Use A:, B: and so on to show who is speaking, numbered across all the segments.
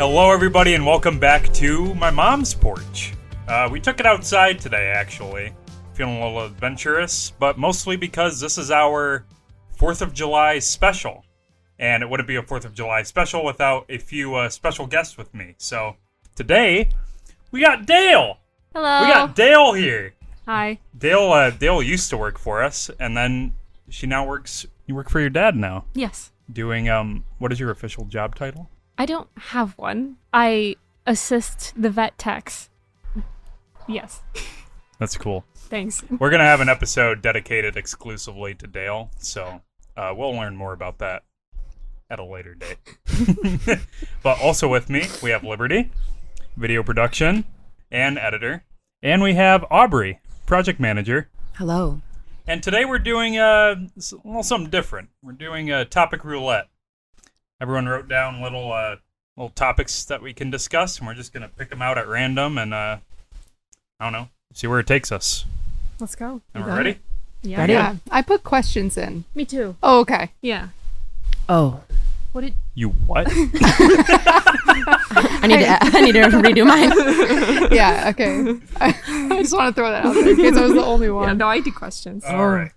A: Hello, everybody, and welcome back to my mom's porch. Uh, we took it outside today, actually. Feeling a little adventurous, but mostly because this is our 4th of July special. And it wouldn't be a 4th of July special without a few uh, special guests with me. So today, we got Dale!
B: Hello.
A: We got Dale here!
B: Hi.
A: Dale, uh, Dale used to work for us, and then she now works. You work for your dad now,
B: Yes.
A: doing um. What is your official job title?
B: I don't have one. I assist the vet techs. Yes.
A: That's cool.
B: Thanks.
A: We're gonna have an episode dedicated exclusively to Dale, so uh, we'll learn more about that at a later date. but also with me, we have Liberty, video production and editor, and we have Aubrey, project manager.
C: Hello.
A: And today we're doing uh, s- a little something different. We're doing a topic roulette. Everyone wrote down little uh, little topics that we can discuss, and we're just gonna pick them out at random, and uh, I don't know, see where it takes us.
B: Let's go.
A: And we're
D: got
A: ready.
D: it.
B: Yeah.
C: Ready?
D: Yeah, I put questions in.
B: Me too.
D: Oh, okay.
B: Yeah.
C: Oh,
B: What did
A: You what?
C: I need to I need to redo mine.
D: Yeah, okay. I, I just want to throw that out there because I was the only one.
B: no, I do questions.
A: All right.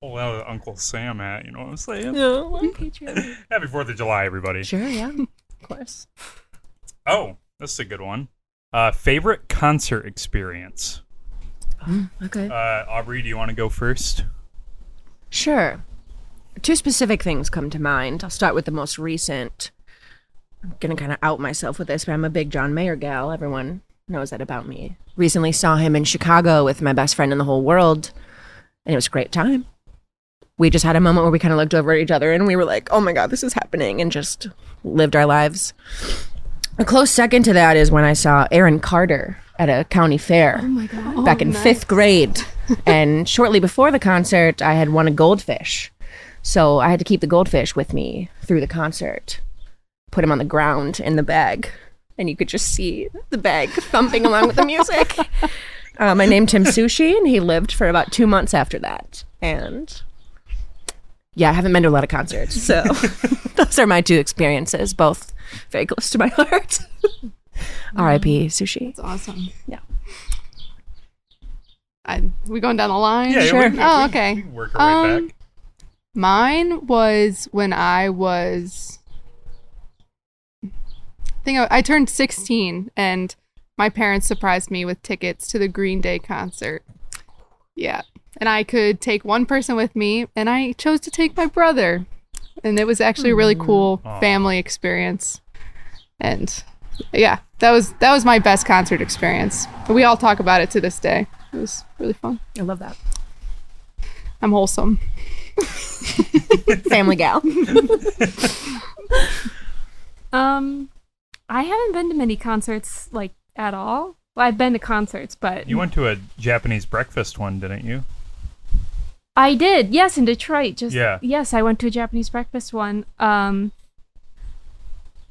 A: Pull out Uncle Sam at, you know what I'm saying?
B: Patreon.
A: Happy 4th of July, everybody.
C: Sure, yeah, of course.
A: Oh, this is a good one. Uh, favorite concert experience?
C: Okay.
A: Uh, Aubrey, do you want to go first?
C: Sure. Two specific things come to mind. I'll start with the most recent. I'm gonna kind of out myself with this, but I'm a big John Mayer gal. Everyone knows that about me. Recently saw him in Chicago with my best friend in the whole world, and it was a great time. We just had a moment where we kind of looked over at each other and we were like, "Oh my god, this is happening," and just lived our lives. A close second to that is when I saw Aaron Carter at a county fair back in fifth grade. and shortly before the concert, I had won a goldfish. So I had to keep the goldfish with me through the concert, put him on the ground in the bag. And you could just see the bag thumping along with the music. Um, I named him Sushi, and he lived for about two months after that. And yeah, I haven't been to a lot of concerts. So those are my two experiences, both very close to my heart. R.I.P. Sushi.
D: It's awesome.
C: Yeah.
D: I, we going down the line?
A: Yeah,
C: Sure.
A: we, we,
D: Oh,
A: we-
D: okay.
A: we work our way
D: Um,
A: back.
D: Mine was when I was. I think I, I turned 16 and my parents surprised me with tickets to the Green Day concert. Yeah. And I could take one person with me and I chose to take my brother. And it was actually a really cool
A: Aw.
D: family experience. And yeah, that was that was my best concert experience. We all talk about it to this day. It was really fun.
C: I love that.
D: I'm wholesome.
C: Family gal.
B: Um, I haven't been to many concerts like at all. Well, I've been to concerts, but
A: You went to a Japanese breakfast one, didn't you?
B: I did. Yes, in Detroit. Just
A: Yeah.
B: Yes, I went to a Japanese breakfast one. Um,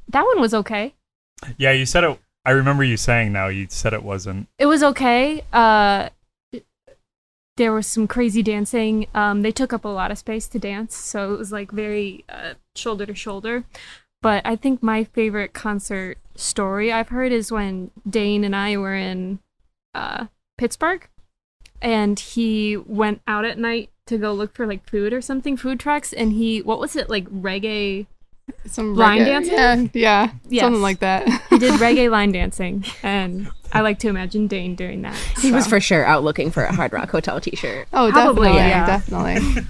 B: that one was okay.
A: Yeah, you said it. I remember you saying now, you said it wasn't.
B: it was okay. Uh, there was some crazy dancing. Um, they took up a lot of space to dance, so it was like very uh, shoulder to shoulder. But I think my favorite concert story I've heard is when Dane and I were in uh, Pittsburgh, and he went out at night to go look for like food or something, food trucks, and he what was it like reggae?
D: some
B: Line
D: reggae-
B: dancing?
D: Yeah, yeah
B: Yes.
D: something like that.
B: He did reggae line dancing, and I like to imagine Dane doing that.
C: He was
B: so.
C: for sure out looking for a Hard Rock Hotel T-shirt.
D: oh,
B: Probably,
D: definitely,
B: yeah.
D: definitely.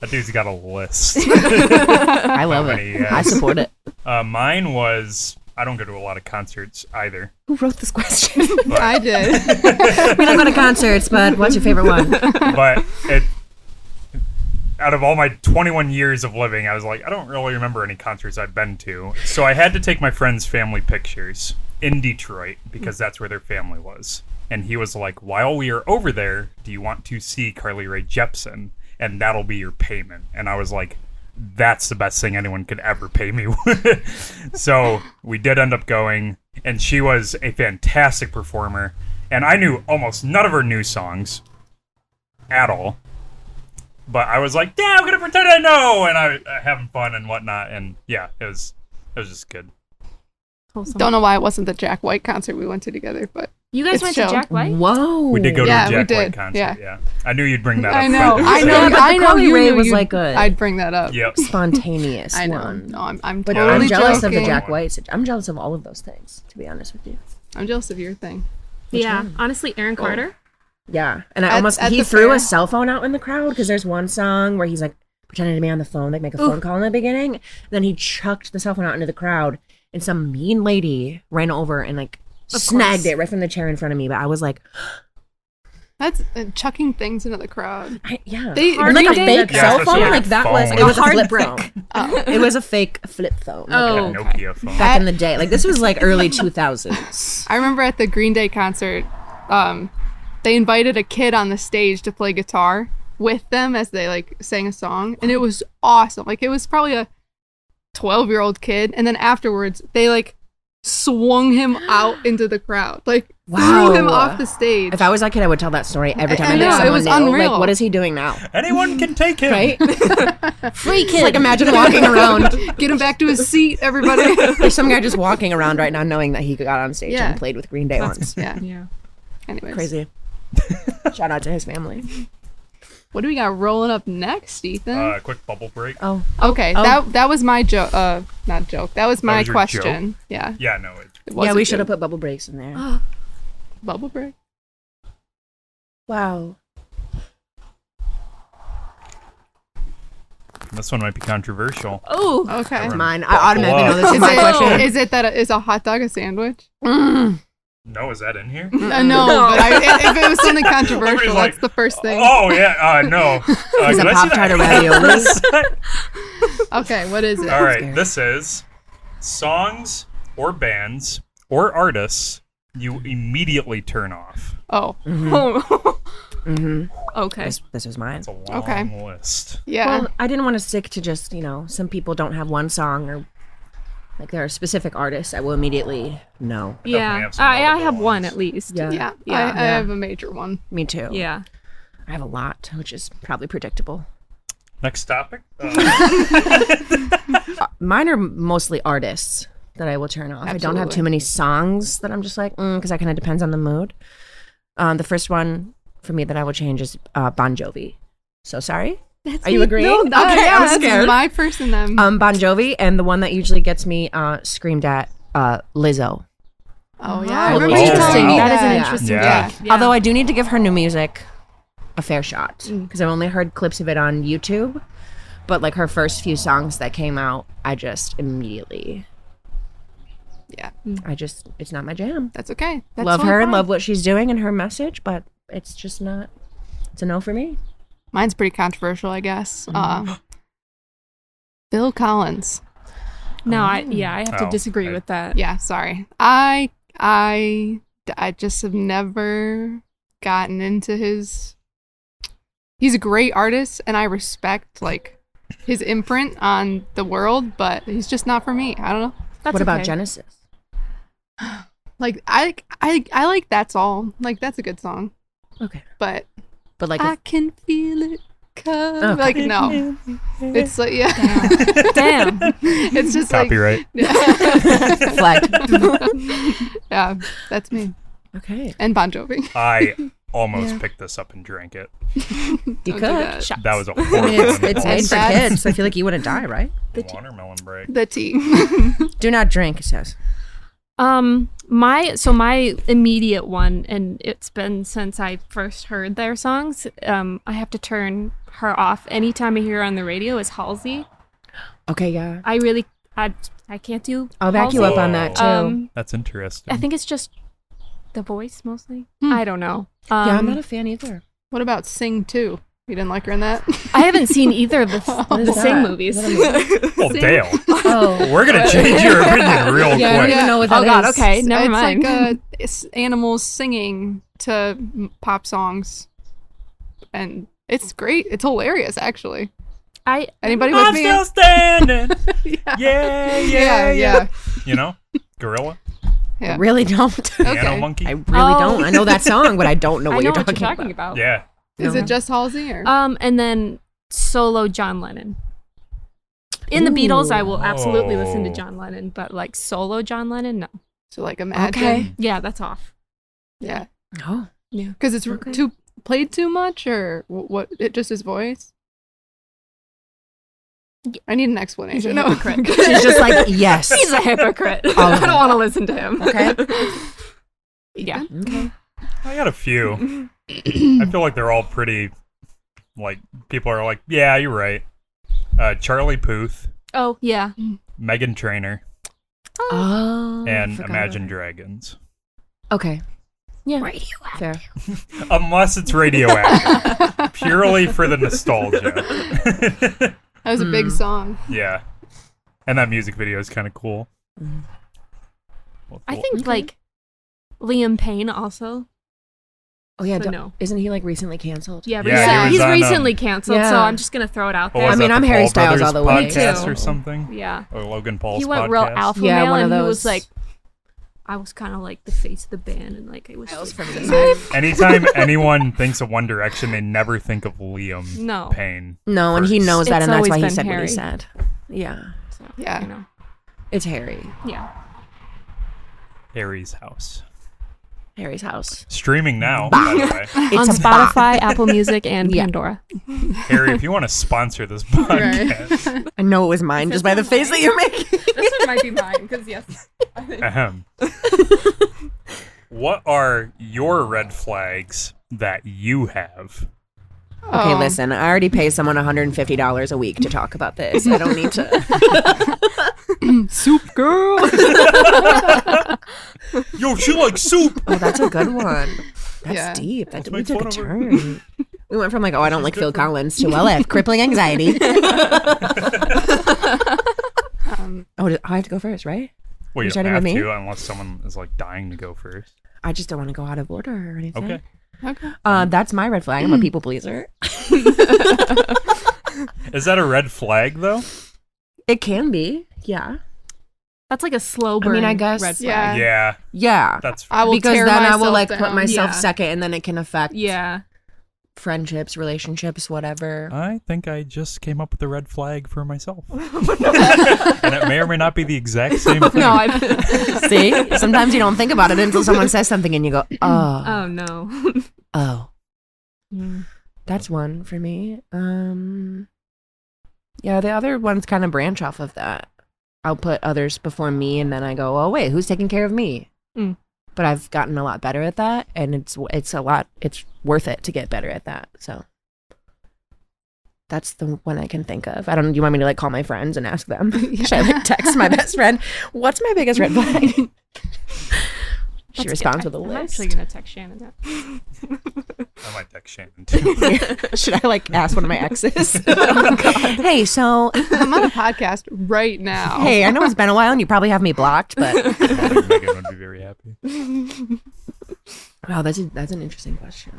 A: That dude's got a list.
C: I love
A: How
C: it.
A: many, yes.
C: I support it.
A: uh, mine was. I don't go to a lot of concerts either.
C: Who wrote this question?
D: I did.
C: we don't go to concerts, but what's your favorite one?
A: but it out of all my 21 years of living i was like i don't really remember any concerts i've been to so i had to take my friend's family pictures in detroit because that's where their family was and he was like while we are over there do you want to see carly ray jepsen and that'll be your payment and i was like that's the best thing anyone could ever pay me with. so we did end up going, and she was a fantastic performer. And I knew almost none of her new songs at all. But I was like, yeah, I'm gonna uh, pretend I know, and I, I having fun and whatnot, and yeah, it was it was just good.
B: wholesome.
D: Don't know why it wasn't the Jack White concert we went to together, but
B: you guys
D: it's
B: went
D: chill.
B: to Jack White?
C: Whoa.
A: We did go
D: Yeah,
A: to
D: we
A: a Jack White
D: did,
A: concert. Yeah.
D: yeah.
A: I knew you'd bring that
D: I
A: up.
D: know,
A: didn't
D: I
A: say
D: know,
A: it.
C: Yeah, but
D: I
C: the
D: know.
C: Crowley
D: You
C: Rave
D: knew
C: was
D: you'd-
C: like a
D: I'd bring that up.
A: Yep.
C: spontaneous
D: I know.
C: one.
D: No, I'm, I'm
C: But
D: totally
C: I'm jealous
D: joking.
C: of the Jack
A: joking.
C: Whites. I'm jealous of all of those things, to be honest with you.
D: I'm jealous of your thing.
B: yeah, honestly, Aaron
C: Oh.
B: Carter.
C: Yeah, and I
D: At-
C: almost
D: at
C: he
D: the
C: threw
D: fair.
C: a cell phone out in the crowd because there's one song where he's like pretending to be on the phone, like make a phone call in the beginning. then he chucked the cell phone out into the crowd, and some mean lady ran over and like snagged
B: course.
C: it right from the chair in front of me. But I was like,
D: That's uh, chucking things into the crowd.
C: I, yeah,
D: They-
C: And, like a
D: Green Day-
C: fake
A: Yeah,
C: cell
A: especially
C: phone,
A: like
C: like
A: a
C: that was
A: phone.
C: it
A: A
C: was a
E: hard
C: flip
E: brick.
C: phone.
D: Oh,
C: It was a fake flip phone. like,
A: Like a
B: Oh, okay.
A: Nokia phone.
C: Back in the day, like this was like early 2000s.
D: I remember at the Green Day concert, um, they invited a kid on the stage to play guitar with them as they like sang a song, and it was awesome. Like it was probably a twelve-year-old kid, and then afterwards they like swung him out into the crowd, like
C: Wow.
D: threw him off the stage.
C: If I was that kid, I would tell that story every time I,
D: I
C: met
D: know, it
C: someone
D: was
C: new. Like,
D: unreal.
C: what is he doing now?
A: Anyone can take him.
C: Right? Free kid. Like imagine walking around.
D: Get him back to his seat, everybody.
C: There's some guy just walking around right now, knowing that he got on stage
D: Yeah.
C: and played with Green Day once.
D: yeah.
B: Yeah.
D: Anyways,
C: Crazy. Shout out to his family.
D: What do we got rolling up next, Ethan?
A: Uh, quick bubble break.
C: Oh,
D: okay, that that was my joke. Uh, not joke. That was my
A: was your
D: question. Yeah.
A: Yeah, no. It,
D: it was
C: yeah,
D: a
C: we
D: joke.
C: should have put bubble breaks in there.
D: bubble break.
C: wow.
A: this one might be controversial.
B: Oh,
D: Okay.
A: Everyone
C: Mine.
A: buckle
C: I automatically know
A: up.
C: this is
D: Is
C: my
D: it-
C: question.
D: is it that a, is a hot dog a sandwich?
A: No, is that in here?
D: Uh, no, but I, i- if it was something controversial,
A: like,
D: that's the first thing.
A: Oh yeah, uh, no. Uh,
C: It's a
A: did I say
C: pop
A: that?
C: tart or ravioli.
D: Okay, what is it?
A: All right, this is songs or bands or artists you immediately turn off.
D: Oh,
B: Mm-hmm.
C: Mm-hmm.
B: okay.
C: This, this was mine.
A: It's a long
D: Okay.
A: list.
D: yeah.
C: Well, I didn't want to stick to just you know. Some people don't have one song or like there are specific artists I will immediately know.
A: definitely
B: Yeah,
A: have some
B: I, I
A: notable
B: have one
A: ones.
B: at least.
C: Yeah.
D: yeah,
B: Yeah.
D: I, I
B: Yeah.
D: have a major one.
C: Me too.
B: Yeah.
C: I have a lot, which is probably predictable.
A: Next topic. Uh,
C: mine are mostly artists that I will turn off. I don't have
D: Absolutely.
C: too many songs that I'm just like because that kind of depends on the mood. Um, the first one for me that I will change is uh, Bon Jovi. So sorry. Are you agreeing?
D: No, that-
C: Oh, okay,
D: Uh, yeah,
C: I'm
D: that's
C: scared.
D: My person, then.
C: um, bon Jovi, and the one that usually gets me uh, screamed at, uh, Lizzo.
D: oh yeah, I
C: Oh,
D: remember you telling
A: interesting.
D: me
A: That
B: is an
D: Yeah.
B: interesting
A: Yeah.
B: take. Yeah.
C: Although I do need to give her new music a fair shot because I've only heard clips of it on YouTube. But like her first few songs that came out, I just immediately,
D: Yeah,
C: I just, it's not my jam.
D: that's okay. That's
C: love
D: totally
C: her and
D: fine.
C: love what she's doing and her message, but it's just not. It's a no for me.
D: Mine's pretty controversial, I guess. Uh, Bill Collins.
B: no, I yeah, I have to
A: Oh,
B: disagree
A: I-
B: with that.
D: Yeah, sorry. I I I just have never gotten into his He's a great artist and I respect like his imprint on the world, but he's just not for me. I don't know.
B: That's
C: what about
B: okay.
C: Genesis?
D: Like I I I like that's all. Like that's a good song,
C: Okay,
D: but
C: but like,
D: I
C: if, oh,
D: can feel it come.
C: Okay.
D: Like no. It's like yeah.
B: Damn.
D: it's just like
A: copyright.
C: flagged.
D: yeah, that's me.
C: okay,
D: And Bon Jovi.
A: I almost picked this up and drank it.
C: you
D: Don't do
C: could.
D: that.
A: That was a
C: I
A: horrible
C: mean, it's, it's made
A: impulse.
C: for
D: That's-
C: kids. I feel like you wouldn't die, right?
A: watermelon break.
D: The tea.
C: Do not drink. It says.
B: Um, my so my immediate one, and it's been since I first heard their songs. Um, I have to turn her off anytime I hear her on the radio is Halsey.
C: Okay, yeah.
B: I really, I, I can't do.
C: I'll back you
B: Halsey.
C: up on that too.
B: Um,
A: That's interesting.
B: I think it's just the voice mostly. I don't know. Um,
C: Hmm. yeah, I'm not a fan either.
D: What about Sing 2? You didn't like her in that?
B: I haven't seen either of the,
C: is
B: the
C: that?
B: same
C: Is
B: movies.
C: that a
A: well, Dale,
C: Oh,
A: we're gonna change your opinion real
C: Yeah, I don't
A: quick.
C: even know what that
B: oh God,
C: is.
B: okay, never
D: it's
B: mind.
D: like uh, it's animals singing to m- pop songs. And it's great. It's hilarious, actually.
B: I
D: Anybody with me?
A: standing. yeah,
D: yeah, yeah.
A: You know, gorilla,
D: Yeah.
C: really don't.
A: piano
D: Okay.
A: monkey.
C: I really
B: Oh.
C: don't. I know that song, but I don't know
B: I
C: what
B: know
C: you're
B: what
C: talking
B: you're talking about.
A: yeah,
D: Is
C: Yeah. Uh,
D: it just Halsey or?
B: Um, and then solo John Lennon. In the Beatles, I will absolutely listen to
A: Oh.
B: John Lennon, but like solo John Lennon, no.
D: So like imagine.
C: Okay.
B: Yeah, that's off.
D: Yeah.
C: Oh.
D: Because it's r-
B: Okay.
D: too played too much, or wh- what? It just his voice. I need an
B: He's a
D: explanation. No,
B: hypocrite.
C: Oh. She's just like, yes.
B: He's a hypocrite.
C: All of
B: I
C: it.
B: don't want to listen to him.
C: Okay.
B: yeah.
C: Okay.
A: I got a few. I feel like they're all pretty. Like people are like, yeah, you're right. Uh, Charlie Puth,
B: Oh yeah.
A: Megan Trainer,
C: Oh.
A: and
C: forgot
A: Imagine Dragons.
C: about- Okay. Yeah. Fair.
A: Unless it's radioactive, purely for the nostalgia.
D: that was a big song.
A: yeah, and that music video is kind of cool. Well,
B: I
A: cool.
B: think like Liam Payne also.
C: Oh yeah.
B: So
C: do-
B: no.
C: Isn't he like recently canceled?
B: Yeah,
A: Yeah,
B: recently-
D: he was
B: he's
A: on, um,
B: recently canceled, so
C: Yeah.
B: I'm just gonna throw it out
A: What
B: there.
A: was
C: I mean,
A: that,
C: I'm
A: the
C: Harry
A: Paul
C: Styles
A: Brothers
C: all the way.
B: Me too.
A: podcast or something,
B: yeah.
A: or Logan Paul's
B: He went
A: podcast.
B: real alpha
C: Yeah,
B: male
C: one of
B: and he
C: those-
B: was like I was kinda like the face of the band and like I was
A: Anytime anyone thinks of One Direction, they never think of Liam
B: No.
A: Payne.
C: No, and he
A: first.
C: knows that,
B: It's
C: and that's
B: always
C: why he
B: been
C: said what
B: Harry.
C: he said. Yeah.
B: So,
D: Yeah.
B: You know.
C: It's Harry.
B: Yeah.
A: Harry's house.
C: Harry's house.
A: Streaming now, by the way.
C: It's
B: On
C: a bop.
B: Spotify, Apple Music, and
C: Yeah.
B: Pandora.
A: Harry, if you want to sponsor this podcast,
C: I know it was mine just by the face that you're making.
D: This one might be mine because yes,
A: ahem. what are your red flags that you have?
B: Oh.
D: Um,
C: Okay, listen. I already pay someone $150 a week to talk about this. I don't need to.
D: soup girl.
A: Yo, she likes soup.
C: Oh, that's a good one. That's
D: Yeah.
C: deep. That we
A: Let's
C: took a
A: make fun
C: turn. We went from like, oh, I don't like Phil Collins to well, I have crippling anxiety.
D: um,
C: Oh, do- I have to go first, right?
A: Well,
C: You
A: you don't
C: starting
A: have
C: with me?
A: to unless someone is like dying to go first.
C: I just don't want to go out of order or anything.
A: Okay.
D: okay.
C: Uh, that's my red flag. I'm a
D: Mm.
C: people pleaser.
A: Is that a red flag though?
C: It can be. Yeah.
B: That's like a slow
C: I
B: burn.
C: mean, I guess-
B: red flag.
D: Yeah.
A: Yeah, Uh,
C: Yeah.
A: that's
D: I will
C: because
D: tear
C: then I
D: myself
C: will like put
D: down.
C: myself
B: Yeah.
C: second and then it can affect
B: Yeah.
C: friendships, relationships, whatever.
A: I think I just came up with a red flag for myself. and it may or may not be the exact same thing.
B: No, I.
C: See? Sometimes you don't think about it until someone says something and you go, oh,
B: oh no. Mm.
C: oh. That's one for me. Um Yeah, the other ones kind of branch off of that. I'll put others before me and then I go, "Oh, wait, who's taking care of me?"
B: Mm.
C: But I've gotten a lot better at that and it's it's a lot it's worth it to get better at that. So that's the one I can think of. I don't. You want me to like call my friends and ask them? Should I like text my best friend? What's my biggest red flag? she responds with a
B: I'm
C: list.
B: actually gonna text Shannon that.
A: I might text Shannon too.
C: Should I like ask one of my exes? Oh, Hey, so
D: I'm on a podcast right now.
C: Hey, I know it's been a while and you probably have me blocked, but
A: I think Megan would be very happy.
C: wow, that's a, that's an interesting question.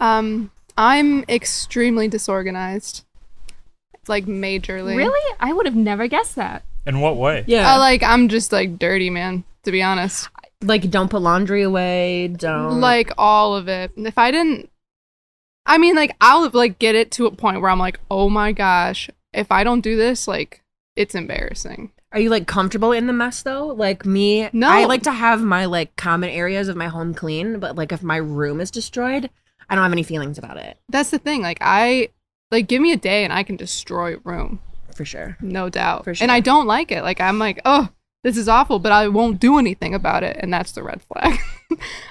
D: Um, I'm extremely disorganized. Like majorly.
B: Really? I would have never guessed that.
A: In what way?
D: I
C: Uh,
D: like I'm just like dirty, man, to be honest.
C: like don't put laundry away. Don't
D: Like all of it. If I didn't I mean like I'll like get it to a point where I'm like, "Oh my gosh, if I don't do this, like it's embarrassing."
C: Are you like comfortable in the mess though? Like me,
D: No.
C: I like to have my like common areas of my home clean, but like if my room is destroyed, I don't have any feelings about it
D: That's the thing. Like I like give me a day and I can destroy a room,
C: for sure.
D: no doubt.
C: For
D: And I
C: sure.
D: don't like it. Like I'm like, "Oh, this is awful," but I won't do anything about it, and that's the red flag.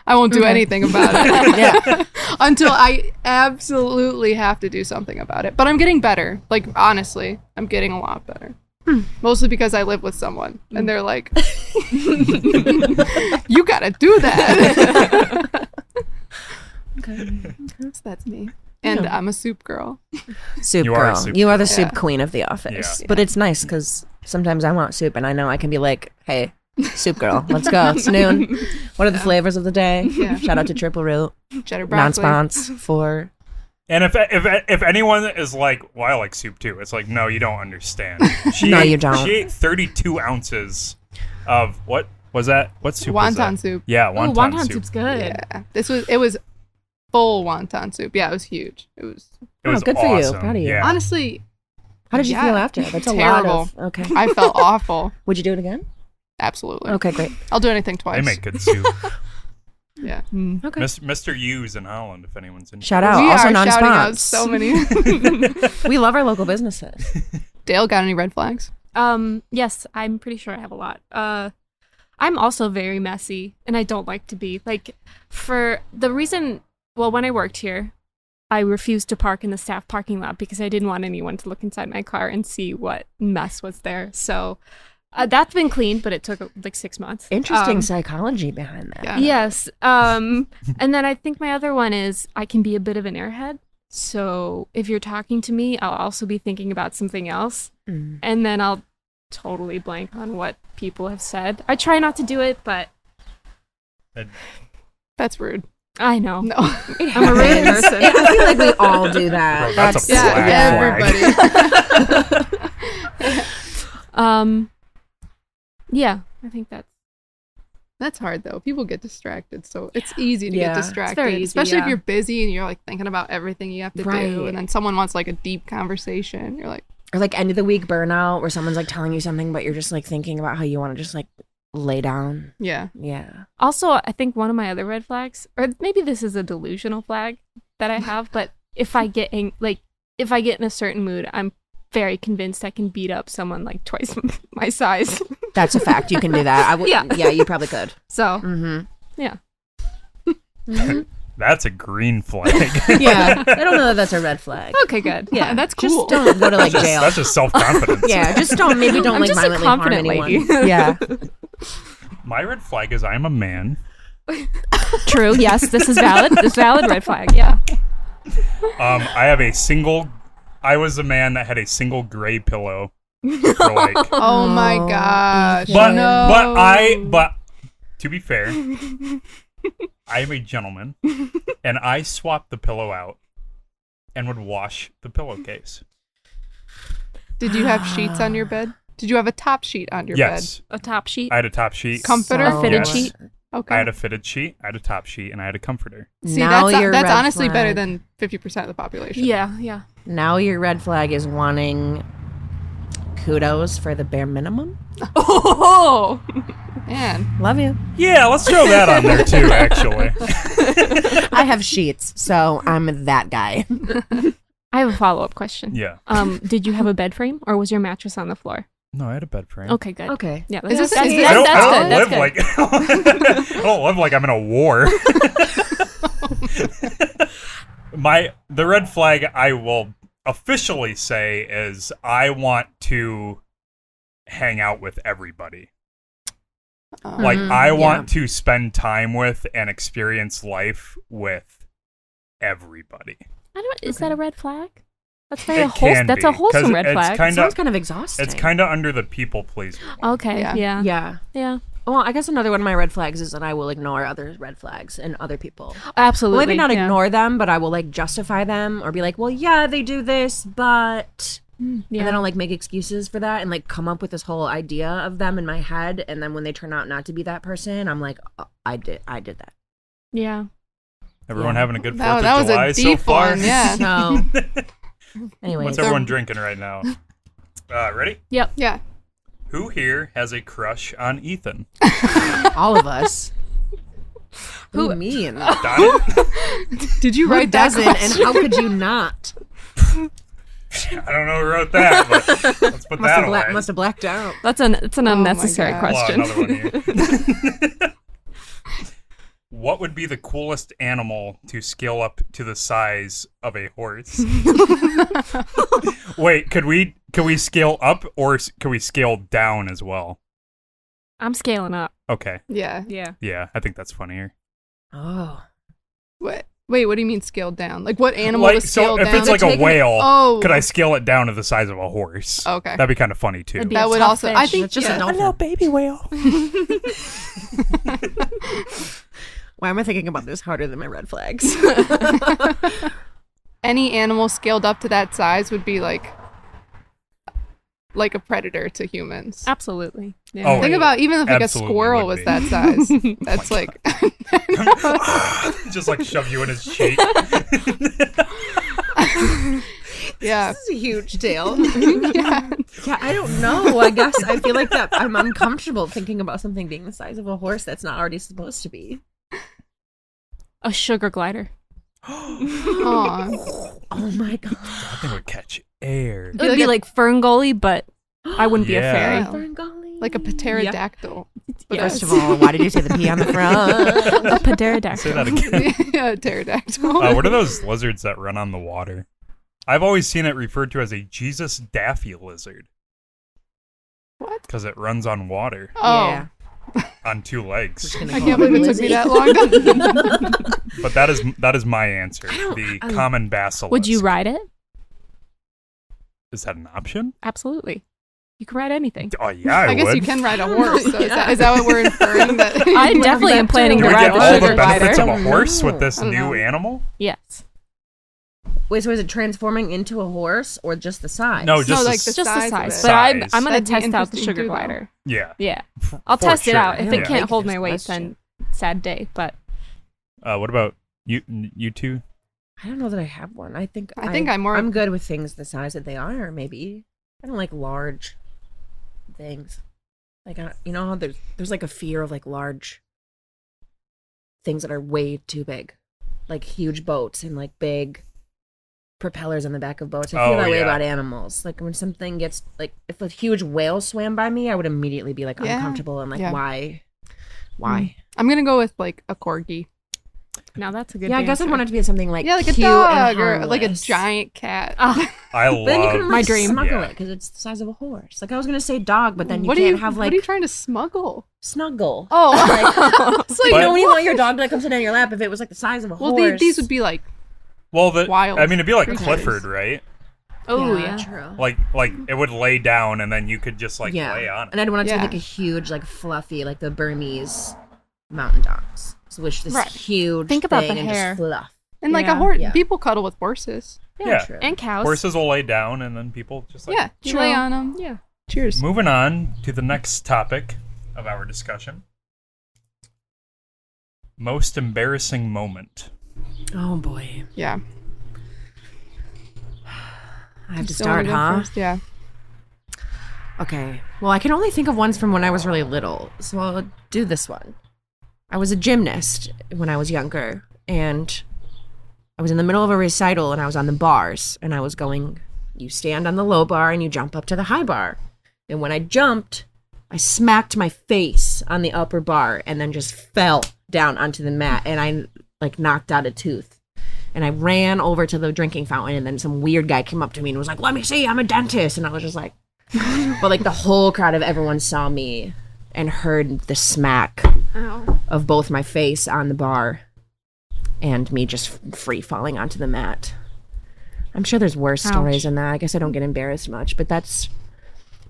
D: I won't do anything about it.
C: Yeah.
D: until I absolutely have to do something about it. But I'm getting better. Like honestly, I'm getting a lot better.
C: Hmm.
D: Mostly because I live with someone and they're like You got to do that. so that's me. And I'm a soup girl.
C: Soup
A: You are a
C: girl,
A: soup
C: you are
A: girl.
C: the soup
D: Yeah.
C: queen of the office.
A: Yeah.
C: But it's nice because sometimes I want soup, and I know I can be like, hey. Soup girl, let's go. It's noon. What are the flavors of the day?
D: Yeah.
C: Shout out to Triple Root.
D: Cheddar
C: non
D: broccoli.
C: spons for
A: And if if if anyone is like, "Well, I like soup too," it's like, "No, you don't understand." She
C: No,
A: ate,
C: you don't.
A: She ate 32 ounces of what was that? What soup? was that?
D: Wonton soup.
A: Yeah,
B: Oh,
A: wonton,
B: wonton
A: soup.
B: soup's good.
D: Yeah. This was it was full wonton soup. Yeah, it was huge. It was
A: It was
C: Oh, good for you.
A: awesome.
C: Proud of you.
A: Yeah.
D: honestly
C: How did you
D: Yeah.
C: feel after? That's a lot of. Okay.
D: I felt awful.
C: Would you do it again?
D: Absolutely.
C: Okay, great.
D: I'll do anything
A: They
D: twice.
A: make good soup.
D: yeah.
C: Okay.
A: Mis- Mr. U's in Holland, if anyone's interested.
C: Shout out.
D: we
C: also
D: are
C: non
D: shouting out
C: spons.
D: so many.
C: we love our local businesses.
D: Dale, got any red flags?
B: Um, yes, I'm pretty sure I have a lot. Uh, I'm also very messy, and I don't like to be like. For the reason, well, when I worked here, I refused to park in the staff parking lot because I didn't want anyone to look inside my car and see what mess was there. So uh, that's been cleaned, but it took uh, like six months.
C: Interesting
B: Um,
C: psychology behind that.
D: Yeah.
B: Yes. Um, and then I think my other one is I can be a bit of an airhead. So if you're talking to me, I'll also be thinking about something else.
C: Mm.
B: And then I'll totally blank on what people have said. I try not to do it, but
D: That's rude.
B: I know.
D: No.
B: I'm a rude person.
C: I feel like we all do that.
A: Bro, that's a
D: yeah,
A: Flag.
D: everybody.
B: Um, yeah, I think that's.
D: That's hard though. People get distracted, so it's easy to
C: Yeah.
D: get
C: It's
D: distracted,
B: very easy,
D: especially if
B: yeah.
D: you're busy and you're like thinking about everything you have to do,
C: Right.
D: and then someone wants like a deep conversation. You're like,
C: Or like end of the week burnout where someone's like telling you something, but you're just like thinking about how you want to just like lay down.
D: yeah,
C: Yeah.
B: Also, I think one of my other red flags, or maybe this is a delusional flag that I have, but if I get ang- like if I get in a certain mood, I'm very convinced I can beat up someone like twice my size.
C: That's a fact. You can do that. I would.
B: Yeah.
C: yeah. yeah, you probably could.
B: So
C: Mm-hmm.
B: yeah,
A: That's a green flag.
C: Yeah. I don't know that that's a red flag.
B: okay, good.
C: Yeah.
D: that's cool.
C: Just don't go to like jail.
A: That's just self confidence.
C: Yeah, just don't. Maybe don't
B: I'm
C: like
B: just a
C: violently
B: confident
C: harm anyone.
B: lady.
C: Yeah,
A: My red flag is I'm a man.
B: True. Yes, this is valid. This valid red flag. Yeah.
A: Um, I have a single. I was a man that had a single gray pillow. For like, but
D: oh my
C: Oh,
D: gosh,
A: but
D: no.
A: I but to be fair, I am a gentleman, and I swapped the pillow out and would wash the pillowcase.
D: did you have sheets on your bed? Did you have a top sheet on your
A: yes,
B: A top sheet.
A: I had a top sheet.
D: Comforter?
B: A fitted
A: Yes.
B: sheet.
D: bed? Okay.
A: I had a fitted sheet. I had a top sheet, and I had a comforter.
D: See,
C: Now
D: that's
C: you're
D: that's
C: red
D: honestly better
C: flag.
D: than fifty percent of the population.
B: Yeah. Yeah.
C: Now your red flag is wanting kudos for the bare minimum.
B: Oh.
D: man.
C: Love you.
A: Yeah, let's throw that on there too. Actually,
C: I have sheets, so I'm that guy.
B: I have a follow up question.
A: yeah.
B: Um, did you have a bed frame or was your mattress on the floor?
A: No, I had a bed frame.
B: Okay, good.
C: Okay.
B: Yeah,
D: Is this-
B: that's, that's,
D: is this-
A: I don't,
B: that's
A: I
B: good. That's
A: don't
B: good.
A: live like I don't live like I'm in a war. My the red flag I will officially say is I want to hang out with everybody.
D: Um,
A: Like I
C: yeah.
A: want to spend time with and experience life with everybody.
B: I don't. Is
C: Okay.
B: that a red flag? That's very
A: It
B: wholesome.
A: can
B: That's
A: be,
B: a
A: 'cause
B: wholesome red
A: it's
B: flag.
A: kind-
C: Sounds kind of exhausting.
A: It's kind of under the people pleaser. one.
B: okay.
D: Yeah.
B: Yeah. Yeah.
C: Yeah. Well, I guess another one of my red flags is that I will ignore other red flags and other people.
B: Absolutely.
C: Well, maybe not
B: yeah.
C: ignore them, but I will like justify them or be like, well, yeah, they do this, but.
B: Yeah.
C: And then I'll like make excuses for that and like come up with this whole idea of them in my head. And then when they turn out not to be that person, I'm like, oh, I did, I did that.
B: yeah.
A: Everyone having a good Fourth
D: that, that
A: of
D: was
A: July
D: a
A: so
D: deep
A: far.
D: one. Yeah.
C: So, anyways,
A: What's everyone drinking right now? Uh, ready?
B: Yep.
D: yeah.
A: Who here has a crush on Ethan?
C: all of us. Who mean?
A: Donna?
D: Did you
C: Who
D: write that?
C: doesn't? And how could you not?
A: I don't know who wrote that, but let's put
C: Must
A: that
C: have,
A: away.
C: bla- must have blacked out.
B: That's an. It's an unnecessary
D: God.
A: Well,
B: question.
A: another one here. what would be the coolest animal to scale up to the size of a horse? Wait, could we could we scale up or s- could we scale down as well?
B: I'm scaling up.
A: Okay,
D: Yeah.
B: Yeah.
A: yeah, I think that's funnier.
C: Oh.
D: What? Wait. What do you mean scaled down? Like what animal
A: like,
D: was
A: so
D: scaled
A: if
D: down?
A: it's like a
C: Taking-
A: whale,
D: Oh.
A: could I scale it down to the size of a horse?
D: Okay.
A: that'd be kind of funny too.
B: That'd be a
D: that would
B: tough
D: also.
B: fish.
D: I think
C: That's just
D: yeah.
C: a dolphin.
A: baby whale.
C: Why am I thinking about this harder than my red flags?
D: any animal scaled up to that size would be like like a predator to humans.
B: Absolutely. Yeah.
A: Oh,
D: Think about even if like
A: Absolutely
D: a squirrel
A: would
D: was
A: be.
D: that size. That's like
A: Just like shove you in his cheek.
D: Yeah.
C: This is a huge deal.
D: yeah.
C: yeah, I don't know. I guess I feel like that I'm uncomfortable thinking about something being the size of a horse that's not already supposed to be.
B: A sugar glider.
D: Aw.
C: Oh my god.
A: Nothing would catch air.
B: It would be like, Ferngully, but I wouldn't be a
A: Yeah.
B: fairy.
D: Yeah. Like a pterodactyl. But
B: Yes.
C: First of all, Oh, why did you say the P on the front?
B: a pterodactyl.
A: Say that again.
D: yeah, pterodactyl.
A: Uh, what are those lizards that run on the water? I've always seen it referred to as a Jesus Daffy lizard
D: What?
A: because it runs on water
D: Oh,
C: Yeah.
A: on two legs.
C: Just gonna
D: I
C: call
D: can't believe it
C: lizard.
D: took me that long.
A: But that is that is my answer.
C: I don't-
A: The
C: I-
A: common basilisk.
B: Would you ride it?
A: Is that an option?
B: Absolutely. You can ride anything.
A: Oh yeah, I,
D: I guess
A: would.
D: you can ride a horse. So is, that,
C: Yeah.
D: is that what we're inferring? That
B: I definitely am planning
A: Do
B: to
A: we
B: ride
A: get
B: the
A: all
B: sugar
A: the benefits
B: glider.
A: of a
C: glider.
A: horse with this
D: I don't
A: new
D: know.
A: animal?
B: Yes.
C: Wait, so is it transforming into a horse or just the size?
A: No,
D: No,
A: Oh, just
D: like
A: the
D: the
B: It's just the
D: size.
B: size.
A: it.
B: But I'm,
A: Size.
B: I'm going
D: That'd
B: to
D: be
B: test out the
D: interesting
B: sugar
D: too, though.
B: glider.
A: Yeah.
B: Yeah. I'll
A: for
B: test it
A: sure.
B: out. If
A: Yeah.
B: it can't hold
C: Thank
B: my
C: you for
B: weight,
C: this
B: then sad day. But
A: Uh, what about you? You two?
C: I don't know that I have one. I think
D: I think I'm more-
C: I'm good with things the size that they are. Maybe I don't like large things. Like I, you know, how there's there's like a fear of like large things that are way too big, like huge boats and like big propellers on the back of boats. I feel
A: Oh,
C: that way
A: yeah.
C: about animals. Like when something gets like if a huge whale swam by me, I would immediately be like
D: Yeah.
C: uncomfortable and like
D: Yeah. Mm.
C: why, why?
D: I'm gonna go with like a corgi.
B: now that's a good
C: Yeah, I guess I
B: answer.
C: want it to be something like
D: yeah, like a
C: cute and
D: dog or like a
C: harmless.
D: giant cat.
B: Ah,
A: I
C: But then you
A: love
C: can like
B: My dream.
C: smuggle
A: Yeah.
C: it because it's the size of a horse. Like I was gonna say dog, but then you
D: what
C: can't
D: are you,
C: have
D: What
C: like
D: are you trying to smuggle?
C: snuggle.
D: Oh,
C: Like-
D: it's like
C: you
A: But-
C: know when you want your dog to like come sit on your lap if it was like the size of a
D: Well,
C: horse.
D: the, these would be like
A: Well, the
D: Wild
A: I mean, it'd be like
D: creatures.
A: Clifford, right?
D: oh yeah,
C: true.
A: Like, like it would lay down, and then you could just like
C: yeah,
A: lay on
C: and I'd want it to
D: Yeah.
C: be like a huge, like fluffy, like the Burmese mountain dogs, so which this
D: Right.
C: huge
B: Think about
C: thing
B: the
C: and
B: hair.
C: just fluff.
D: and like
B: Yeah.
D: a horse.
C: Yeah.
D: People cuddle with horses.
A: it.
C: true.
B: and cows.
A: horses will lay down, and then people just like.
D: yeah, you lay
B: True.
D: on them.
B: Yeah.
D: Cheers.
A: Moving on to the next topic of our discussion. Most embarrassing moment.
C: oh boy,
D: Yeah,
C: I have to
D: So wanna
C: start,
D: go
C: huh?
D: first? Yeah.
C: Okay. Well, I can only think of ones from when I was really little, so I'll do this one. I was a gymnast when I was younger, and I was in the middle of a recital, and I was on the bars, and I was going, you stand on the low bar and you jump up to the high bar. And when I jumped, I smacked my face on the upper bar and then just fell down onto the mat, and I like knocked out a tooth. And I ran over to the drinking fountain, and then some weird guy came up to me and was like, "Let me see, I'm a dentist." And I was just like, but like the whole crowd of everyone saw me and heard the smack
B: Oh.
C: of both my face on the bar and me just f- free falling onto the mat. I'm sure there's worse
B: Ouch.
C: stories than that. I guess I don't get embarrassed much, but that's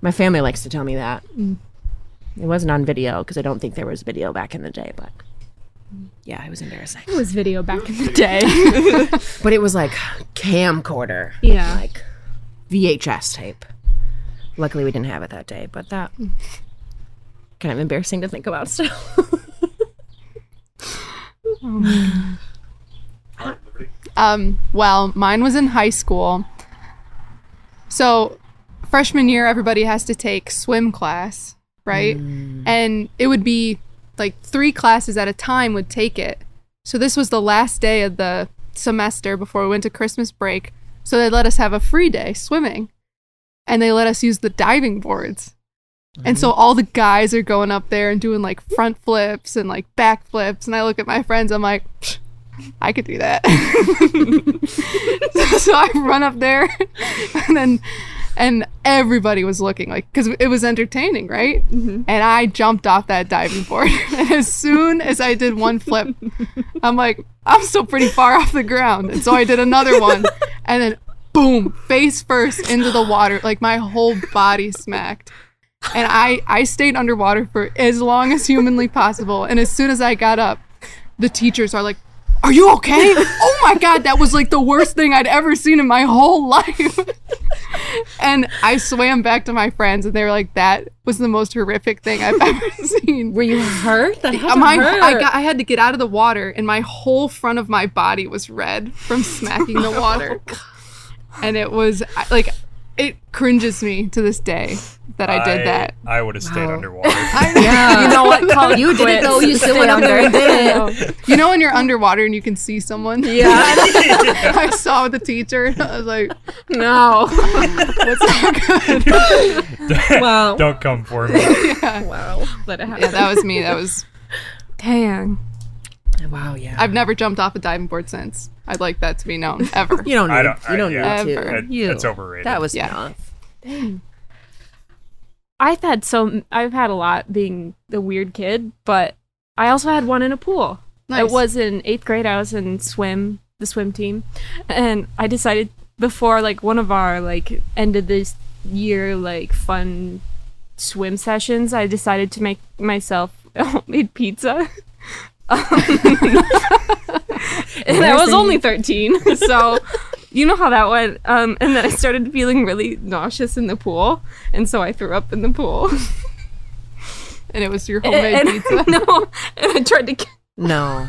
C: my family likes to tell me that.
B: Mm.
C: It wasn't on video because I don't think there was video back in the day, but yeah, it was embarrassing.
B: It was video back in the day.
C: But it was like camcorder,
B: yeah.
C: like VHS tape. Luckily, we didn't have it that day, but that kind of embarrassing to think about still.
D: Um, well, mine was in high school. So, freshman year, everybody has to take swim class, right? And it would be like three classes at a time would take it. So, this was the last day of the semester before we went to Christmas break. So, they let us have a free day swimming and they let us use the diving boards. And so all the guys are going up there and doing like front flips and like back flips. And I look at my friends, I'm like, "Psh, I could do that. so I run up there and then, and everybody was looking like, because it was entertaining, right? And I jumped off that diving board. and as soon as I did one flip, I'm like, I'm still pretty far off the ground. And so I did another one. And then, boom, face first into the water. Like my whole body smacked. And I, I stayed underwater for as long as humanly possible. And as soon as I got up, the teachers are like, Are you okay? Oh my God, that was like the worst thing I'd ever seen in my whole life. and I swam back to my friends, and they were like, That was the most horrific thing I've ever seen.
C: Were you hurt? That had to
D: My,
C: hurt.
D: I, got, I had to get out of the
C: Oh
D: water, and my whole front of my body was red from smacking the water. and it was I- like it cringes me to this day that I did that.
A: I would have stayed
C: Wow.
A: underwater.
C: Yeah.
B: You know what? Call it
C: You did it
B: quits.
C: though. You still went
B: Stay
C: under and did it.
D: You know when you're underwater and you can see someone?
C: Yeah.
D: I saw the teacher and I was like,
C: No.
D: that's not good.
C: Wow.
A: Don't come for me.
C: Wow. Let it happen.
D: Yeah, that was me. That was
B: Dang.
C: Wow. Yeah.
D: I've never jumped off a diving board since. I'd like that to be known ever.
C: you don't
A: I
C: need.
A: don't- I-
C: you don't
A: yeah.
C: need
D: Ever.
C: to.
A: It-
C: You.
A: it's overrated.
C: That was
D: Yeah.
C: enough.
B: I've had so I've had a lot being the weird kid, but I also had one in a pool.
D: Nice.
B: It was in eighth grade. I was in swim, the swim team, and I decided before like one of our like end of this year like fun swim sessions, I decided to make myself a homemade pizza. and I was only 13, so you know how that went. Um, and then I started feeling really nauseous in the pool, and so I threw up in the pool.
D: and it was your homemade
B: and,
D: pizza.
B: no, and I tried to ca-
C: No.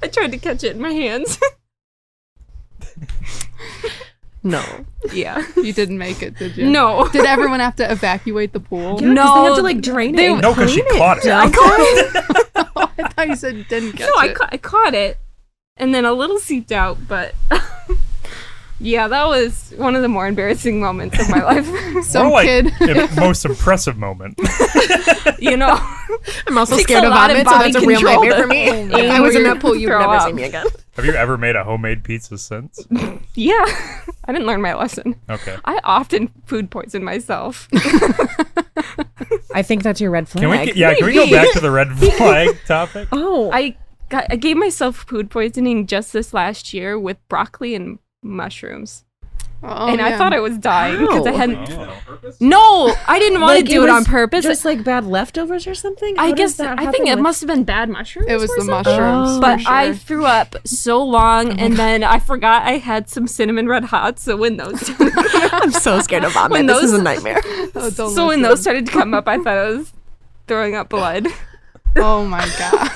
B: I tried to catch it in my hands.
C: No.
B: yeah.
D: You didn't make it, did you?
B: No.
D: Did everyone have to evacuate the pool?
B: Yeah. No,
C: They have to like drain
B: they-
C: it.
A: no, because Oh, she caught it.
C: I
D: I thought you said you didn't catch
B: No, I,
D: it.
B: ca- I caught it, and then a little seeped out, but yeah, that was one of the more embarrassing moments of my life.
D: Some
A: More like
D: kid.
A: im- most impressive moment.
B: you know,
C: I'm also
B: Takes
C: scared
B: a
C: of
B: lot of
C: vomit, so
B: body
C: that's a real
B: control
C: nightmare
B: to-
C: for me.
D: Oh,
C: If I was in that pool, you'd
B: Throw
C: never
B: up.
C: see me again.
A: Have you ever made a homemade pizza since?
B: yeah, I didn't learn my lesson.
A: Okay.
B: I often food poison myself.
C: I think that's your red flag.
A: Can we? get- yeah. Can we go back to the red flag topic?
C: Oh.
B: I got, I gave myself food poisoning just this last year with broccoli and mushrooms,
D: Oh,
B: and I
D: yeah.
B: thought I was dying because I
C: How?
B: hadn't.
A: Oh.
B: No, I didn't want to do it
C: was
B: on purpose.
C: Just like bad leftovers or something.
B: I
C: How does
B: guess
C: that
B: I
C: happen
B: think it
C: with-
B: must have been bad mushrooms.
D: It was
B: or
D: the
B: something.
D: mushrooms.
C: Oh.
D: for
B: but I
D: sure.
B: threw up so long, and then I forgot I had some cinnamon red hot. So when those,
C: I'm so scared of vomit.
B: When
C: this is
B: those-
C: a nightmare.
D: Oh, don't
B: so when
D: listen.
B: those started to come up, I thought I was throwing up blood.
D: Oh my god.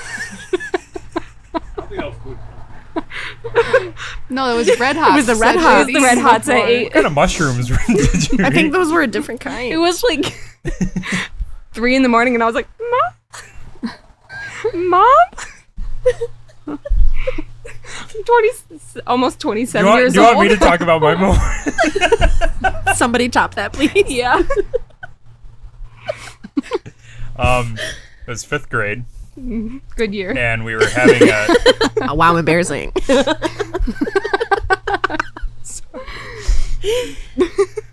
D: no, that was red hot.
C: was the Red Hots.
B: The red hots I ate.
A: What kind of mushrooms did you
C: I think
A: eat?
C: those were a different kind.
B: It was like three in the morning, and I was like, "Mom, mom." I'm 20, almost
A: Do you
B: 27
A: want,
B: years
A: do you want
B: old.
A: me to talk about my moment?
C: Somebody top that, please.
B: yeah.
A: Um, it was fifth grade,
B: Good year.
A: and we were having a.
C: Oh, wow, embarrassing.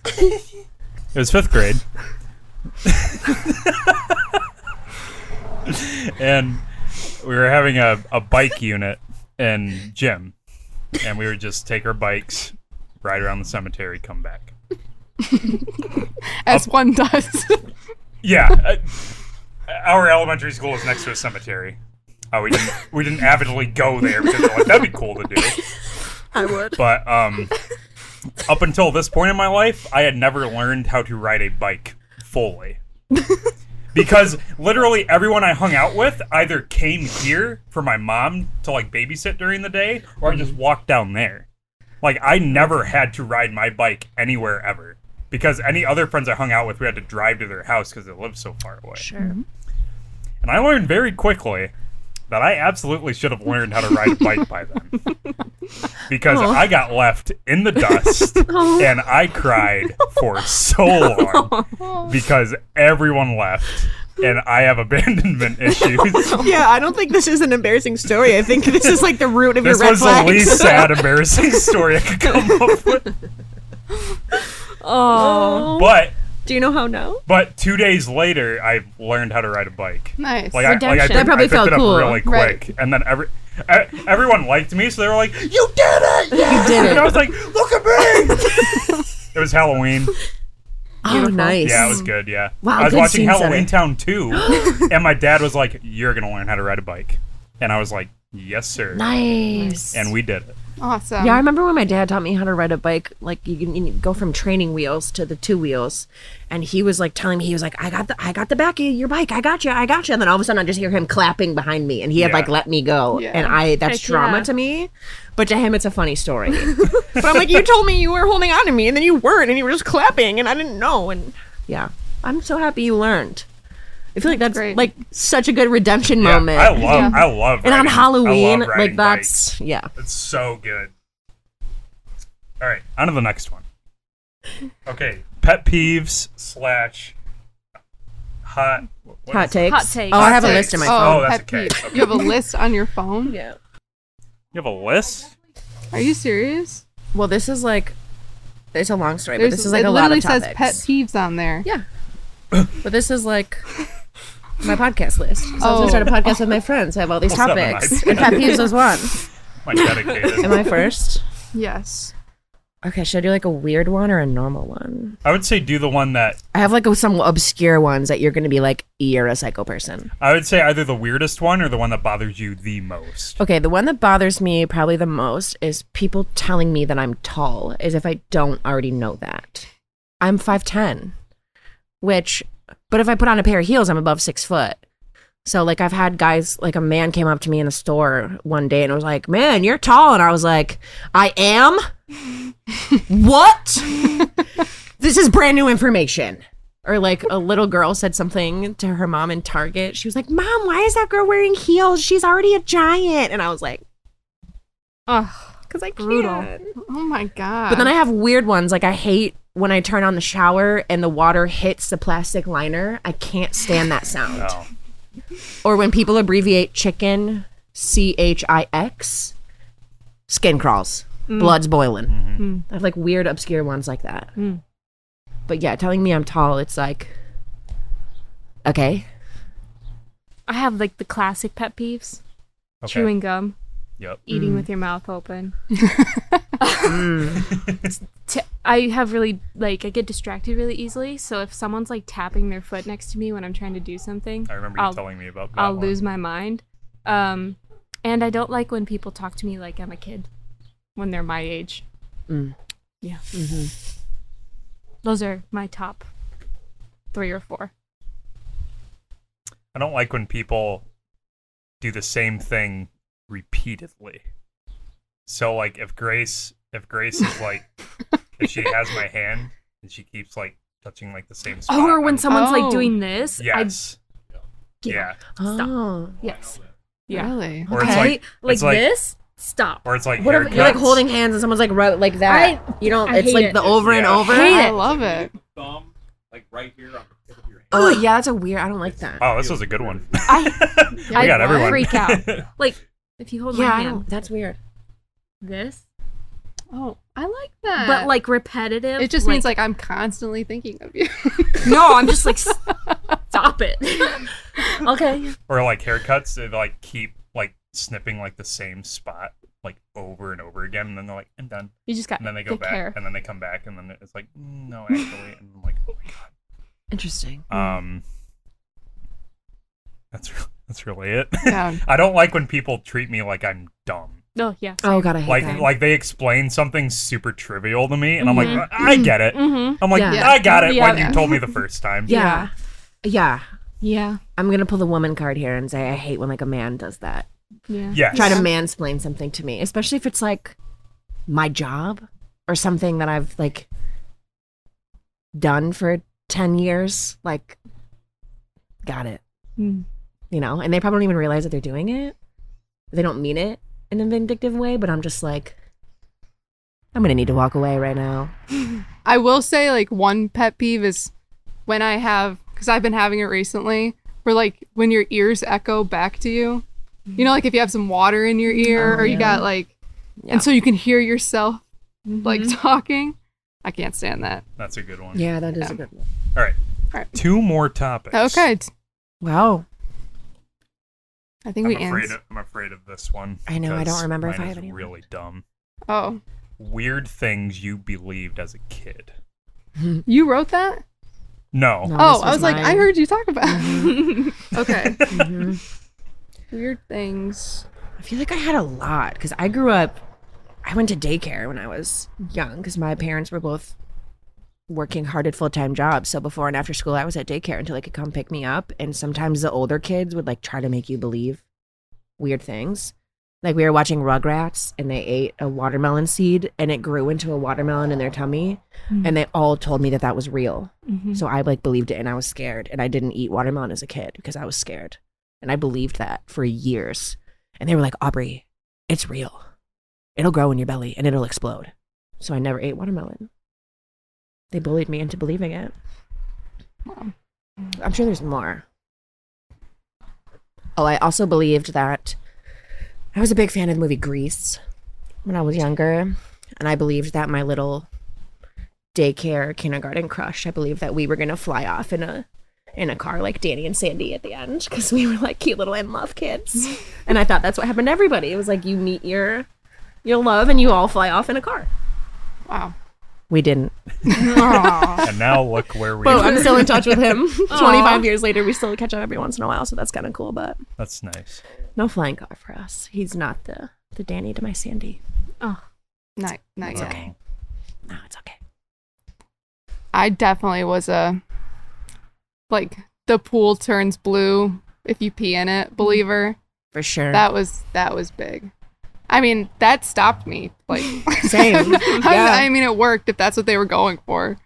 A: It was fifth grade. and we were having a, a bike unit in gym. And we would just take our bikes, ride around the cemetery, come back.
D: As one does.
A: Yeah. uh, our elementary school is next to a cemetery. Uh, we, didn't, we didn't avidly go there because we're like, that'd be cool to do.
C: I would.
A: But um, up until this point in my life, I had never learned how to ride a bike fully. because literally everyone I hung out with either came here for my mom to like babysit during the day or I just walked down there. Like I never had to ride my bike anywhere ever. Because any other friends I hung out with, we had to drive to their house because they lived so far away.
C: Sure.
A: And I learned very quickly that I absolutely should have learned how to ride a bike by then. Because
C: Oh.
A: I got left in the dust and I cried for so
C: Oh.
A: long because everyone left and I have abandonment issues.
C: Yeah, I don't think this is an embarrassing story. I think this is like the root of
A: This
C: your red
A: was
C: flags.
A: the least sad, embarrassing story I could come up with.
B: Oh.
A: But
C: Do you know how now?
A: but two days later, I learned how to ride a bike.
D: nice.
A: Like I, like I,
B: Redemption.
A: picked-
B: That
C: probably
A: I picked
C: felt
A: it up
C: cool.
A: really quick,
D: Right.
A: and then every e- everyone liked me, so they were like, "You did it!
C: You
A: And
C: did it.
A: I was like, look at me! it was Halloween.
C: Oh, nice.
A: Yeah, it was good. Yeah.
C: Wow,
A: I was
C: good
A: watching
C: scene
A: Halloween
C: setter.
A: Town 2, and my dad was like, you're going to learn how to ride a bike. And I was like, Yes, sir.
C: Nice.
A: And we did it.
D: Awesome.
C: yeah, I remember when my dad taught me how to ride a bike. Like you can you can go from training wheels to the two wheels, and he was like telling me he was like, "I got the I got the back of your bike. I got you. I got you." And then all of a sudden, I just hear him clapping behind me, and he had
A: Yeah.
C: like let me go,
D: Yeah.
C: and I that's
B: Heck
C: drama
B: yeah.
C: to me, but to him it's a funny story. but I'm like, you told me you were holding on to me, and then you weren't, and you were just clapping, and I didn't know, and yeah, I'm so happy you learned. I feel like that's
D: Great.
C: like such a good redemption
A: Yeah,
C: moment.
A: I love.
D: Yeah.
A: I love. riding-
C: and on
A: I love
C: Halloween, like
A: riding bikes.
C: that's yeah.
A: It's so good. All right, on to the next one. Okay, pet peeves slash hot what
C: Hot
A: is it?
C: takes.
B: Hot takes.
C: Oh, I have a
D: Hot
C: list in my
D: takes.
C: phone.
A: Oh, that's
D: pet
A: okay.
D: peeve. You have a list on your phone?
C: Yeah.
A: You have a list?
D: Are you serious?
C: Well, this is like, it's a long story, but
D: There's-
C: this is like
D: it
C: a lot
D: literally
C: of topics.
D: says pet peeves on there.
C: Yeah. but this is like my podcast list. So I
D: Oh.
C: was gonna start a podcast with my friends. I have all these
A: Well, seven
C: topics,
A: nights.
C: and pet peeves was one.
A: My
C: Am
A: dedicated.
C: I first?
D: Yes.
C: Okay, should I do like a weird one or a normal one?
A: I would say do the one that
C: I have like some obscure ones that you're gonna be like, you're a psycho person.
A: I would say either the weirdest one or the one that bothers you the most.
C: Okay, the one that bothers me probably the most is people telling me that I'm tall, as if I don't already know that. I'm 5'10, which, but if I put on a pair of heels, I'm above six foot. So, like, I've had guys, like, a man came up to me in a store one day and was like, Man, you're tall. And I was like, I am? what? this is brand new information. Or like a little girl said something to her mom in Target. She was like, "Mom, why is that girl wearing heels? She's already a giant." And I was like,
D: Ugh.
C: "Cause I
D: Brutal.
C: can't."
D: Oh my god.
C: But then I have weird ones. Like I hate when I turn on the shower and the water hits the plastic liner. I can't stand that sound.
A: Oh.
C: Or when people abbreviate chicken C H I X, skin crawls, blood's boiling. I have like weird, obscure ones like that. But yeah, telling me I'm tall, it's like, okay,
B: I have like the classic pet peeves:
A: Okay.
B: chewing gum,
A: Yep.
B: eating with your mouth open.
A: Mm.
B: T- I have really like I get distracted really easily. So if someone's like tapping their foot next to me when I'm trying to do something,
A: I remember you
B: I'll,
A: telling me about that
B: I'll
A: one.
B: lose my mind. Um, and I don't like when people talk to me like I'm a kid when they're my age.
C: Mm.
B: Yeah. Those are my top three or four.
A: I don't like when people do the same thing repeatedly. So like if Grace if Grace is like if she has my hand and she keeps like touching like the same spot.
B: Oh, or when
A: I'm-
B: someone's
D: Oh.
B: like doing this.
A: Yes.
B: I,
A: yeah.
C: oh,
B: Yes. Yeah.
D: really.
A: Or it's
C: Okay.
A: like
B: Like,
A: it's like
B: this? Stop.
A: or it's like
C: what if you're like
A: haircuts.
C: holding hands and someone's like right like that?
B: I-
C: you don't.
B: I
C: it's
B: hate
C: like
B: it.
C: the over and
A: Yeah.
C: over.
B: Hate
D: I
B: it.
D: love it.
E: thumb, like right here on the tip of your hand.
C: Oh yeah, that's a weird. I don't like that.
A: Oh, this was a good one.
B: I,
A: we
B: I
A: got everyone.
B: freak out. Like, if you hold
C: yeah,
B: my
C: I
B: hand
C: don't, that's weird.
B: this,
D: Oh, I like that.
B: but like repetitive.
D: it just means like I'm constantly thinking of you.
B: no, I'm just like, "S- stop it.
C: Okay.
A: or like haircuts, they like keep like snipping like the same spot like over and over again, and then they're like, I'm done.
B: You just got
A: And then they go
B: thick
A: back,
B: hair.
A: and then they come back, and then it's like, "Mm, no, actually, and I'm like, oh my god.
C: Interesting.
A: Um, that's re- that's really it.
D: Down.
A: I don't like when people treat me like I'm dumb.
B: Oh, yeah.
C: Oh god, I hate
A: Like
C: that.
A: like they explain something super trivial to me, and I'm like, I get it.
B: Mm-hmm.
A: I'm like,
C: Yeah.
A: I got it
B: Yeah.
A: when you told me the first time.
C: yeah. yeah,
B: Yeah.
C: I'm gonna pull the woman card here and say I hate when like a man does that.
B: Yeah.
A: Yes.
C: Try to mansplain something to me, especially if it's like my job or something that I've like done for ten years. Like, got it.
B: Mm.
C: you know, and they probably don't even realize that they're doing it. They don't mean it in a vindictive way, but I'm just like, I'm gonna need to walk away right now.
D: I will say like one pet peeve is when I have because I've been having it recently, where like when your ears echo back to you. You know, like if you have some water in your ear
C: Oh,
D: or you
C: yeah.
D: got like
C: Yeah.
D: and so you can hear yourself like
B: Mhm.
D: talking. I can't stand that.
A: That's a good one.
C: Yeah, that is
D: Yeah.
C: a good one.
A: All right.
D: All right.
A: Two more topics.
D: Okay. t-
C: Wow.
D: I think
A: I'm
D: we
A: afraid,
D: end.
A: of, I'm afraid of this one.
C: I know, I don't
A: because
C: remember if
A: mine
C: I
A: is
C: have any
A: really dumb.
D: Oh.
A: Weird things you believed as a kid.
D: You wrote that?
A: No.
C: No.
D: Oh,
C: this
D: I was
C: was
D: like, I
C: mine. Mm-hmm.
D: heard you talk about. it. okay.
C: Mhm.
D: Weird things.
C: I feel like I had a lot because I grew up. I went to daycare when I was young because my parents were both working hard at full time jobs. So before and after school, I was at daycare until they could come pick me up. And sometimes the older kids would like try to make you believe weird things. Like we were watching Rugrats and they ate a watermelon seed and it grew into a watermelon in their tummy. And they all told me that that was real. So I like believed it and I was scared. And I didn't eat watermelon as a kid because I was scared. And I believed that for years. And they were like, Aubrey, it's real. It'll grow in your belly and it'll explode. So I never ate watermelon. They bullied me into believing it.
D: Wow.
C: I'm sure there's more. Oh, I also believed that I was a big fan of the movie Grease when I was younger. And I believed that my little daycare kindergarten crush, I believed that we were going to fly off in a in a car like Danny and Sandy at the end because we were like cute little in love kids. and I thought that's what happened to everybody. It was like you meet your your love and you all fly off in a car.
D: Wow.
C: We didn't.
D: Aw.
A: And now look where we
C: But
A: are.
C: I'm still in touch with him. 25 years later, we still catch up every once in a while, so that's kind of cool. But
A: That's nice.
C: no flying car for us. He's not the the Danny to my Sandy.
D: not not yet.
C: okay. No, it's okay.
D: I definitely was a like the pool turns blue if you pee in it believer.
C: For sure.
D: That was that was big. I mean, that stopped me. Like
C: Same. Yeah.
D: I, I mean, it worked if that's what they were going for.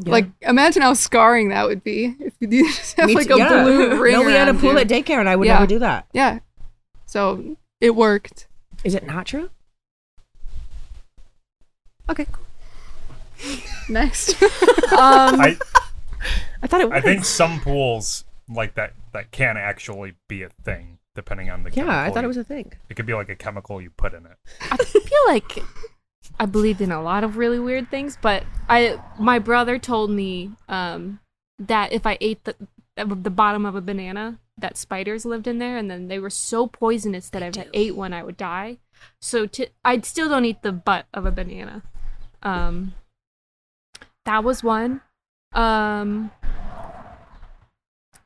C: Yeah.
D: Like, imagine how scarring that would be if you just have
C: Me
D: like
C: too-
D: a
C: yeah.
D: blue ring.
C: No, we had a
D: around
C: pool
D: you.
C: at daycare, and I would
D: Yeah.
C: never do that.
D: Yeah. So it worked.
C: Is it not true? Okay.
D: Next.
C: Um, I,
A: I
C: thought it was.
A: I think some pools like that that can actually be a thing, depending on the.
C: yeah, I
A: chemical
C: thought it
A: you-
C: was a thing.
A: It could be like a chemical you put in it.
B: I feel like I believed in a lot of really weird things, but I my brother told me um, that if I ate the of the bottom of a banana, that spiders lived in there, and then they were so poisonous that if I ate one, I would die. So to, I still don't eat the butt of a banana. Um, that was one. Um,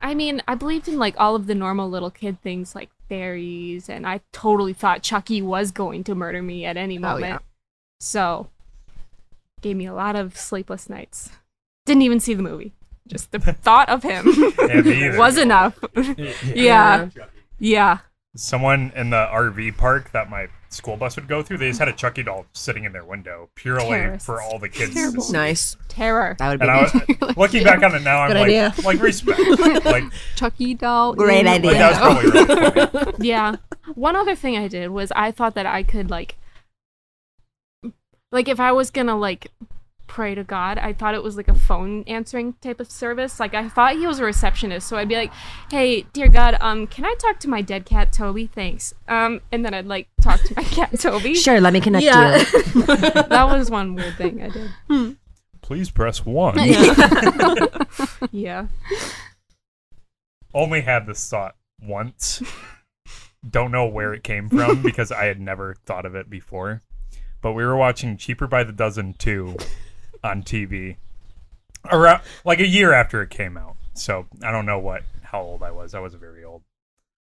B: I mean, I believed in like all of the normal little kid things like fairies, and I totally thought Chucky was going to murder me at any
C: yeah.
B: moment. So, gave me a lot of sleepless nights. Didn't even see the movie. Just the thought of him
A: Yeah, me either.
B: was enough. yeah. Yeah.
A: Someone in the RV park that my school bus would go through, they just had a Chucky doll sitting in their window purely
B: Terrorists.
A: for all the kids.
D: Terrible.
A: To see.
C: Nice.
B: Terror.
C: That would be
A: And I
C: nice.
A: was, looking back on it now, I'm
C: Good
A: like,
C: idea.
A: like respect. like,
D: Chucky doll.
C: Great
D: in the
C: idea.
A: like that was
D: window.
A: probably really funny.
B: yeah. One other thing I did was I thought that I could like like if I was going to like pray to God, I thought it was like a phone answering type of service. Like I thought he was a receptionist, so I'd be like, "Hey, dear God, um can I talk to my dead cat Toby? Thanks." Um and then I'd like talk to my cat Toby.
C: Sure, let me connect
B: Yeah.
C: you.
B: that was one weird thing I did.
A: Please press one.
B: Yeah.
A: Only had this thought once. Don't know where it came from because I had never thought of it before. But we were watching Cheaper by the Dozen 2 on TV around like a year after it came out. So I don't know what how old I was. I was very old.